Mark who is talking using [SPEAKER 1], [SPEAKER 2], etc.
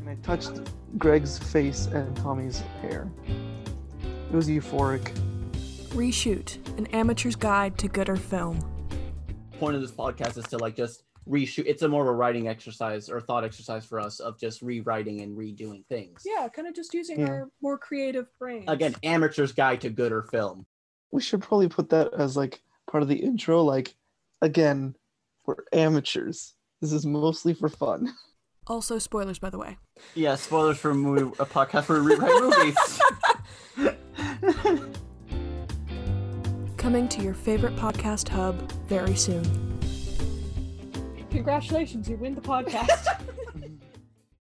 [SPEAKER 1] and I touched Greg's face and Tommy's hair. It was euphoric.
[SPEAKER 2] Reshoot, an amateur's guide to gooder film.
[SPEAKER 3] point of this podcast is to like just reshoot. It's a more of a writing exercise or thought exercise for us of just rewriting and redoing things.
[SPEAKER 4] Yeah, kind of just using
[SPEAKER 1] Yeah.
[SPEAKER 4] our more creative brains.
[SPEAKER 3] Again, amateur's guide to gooder film.
[SPEAKER 1] We should probably put that as like part of the intro. Like, again, we're amateurs. This is mostly for fun.
[SPEAKER 2] Also, spoilers, by the way.
[SPEAKER 3] Yeah, spoilers for movie, a podcast for rewrite movies.
[SPEAKER 2] Coming to your favorite podcast hub very soon.
[SPEAKER 4] Congratulations, you win the podcast.